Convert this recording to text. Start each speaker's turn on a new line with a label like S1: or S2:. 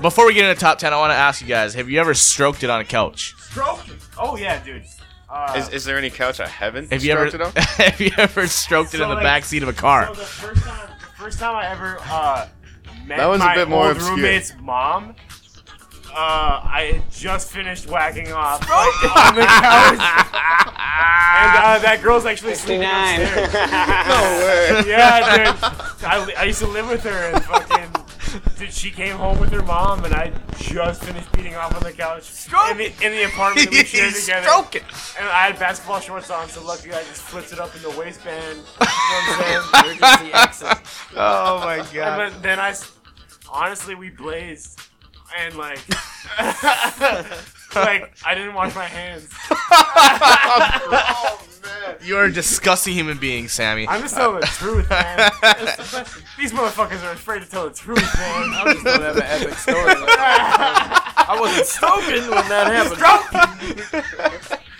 S1: Before we get into top ten, I want to ask you guys: Have you ever stroked it on a couch?
S2: Stroke it. Oh yeah, dude. Uh,
S3: Is, is there any couch I haven't
S1: Have you ever?
S3: stroked it on?
S1: have you ever stroked it
S2: So,
S1: in the
S2: like,
S1: back seat of a car?
S2: So the first time, the first time I ever uh, met
S3: That was a
S2: my
S3: bit more
S2: old
S3: obscure.
S2: roommate's mom, uh, I had just finished whacking off like, on the couch, and uh, that girl's actually sleeping
S4: 69.
S2: upstairs.
S3: No way.
S2: Yeah, dude. I, li- I used to live with her, and fucking, dude, she came home with her mom, and I just finished beating off on the couch in the, in the apartment that we shared together.
S1: Stroke it.
S2: And I had basketball shorts on, so luckily I just flipped it up in the waistband. You know what I'm saying? Emergency exit.
S1: Oh my
S2: And
S1: god!
S2: then, then I, s- honestly, we blazed, and like, like I didn't wash my hands.
S1: You are a disgusting human being, Sammy.
S2: I'm just telling the truth, man. These motherfuckers are afraid to tell the truth, man. I'm just
S5: don't have an epic story. Like, I wasn't smoking when that happened.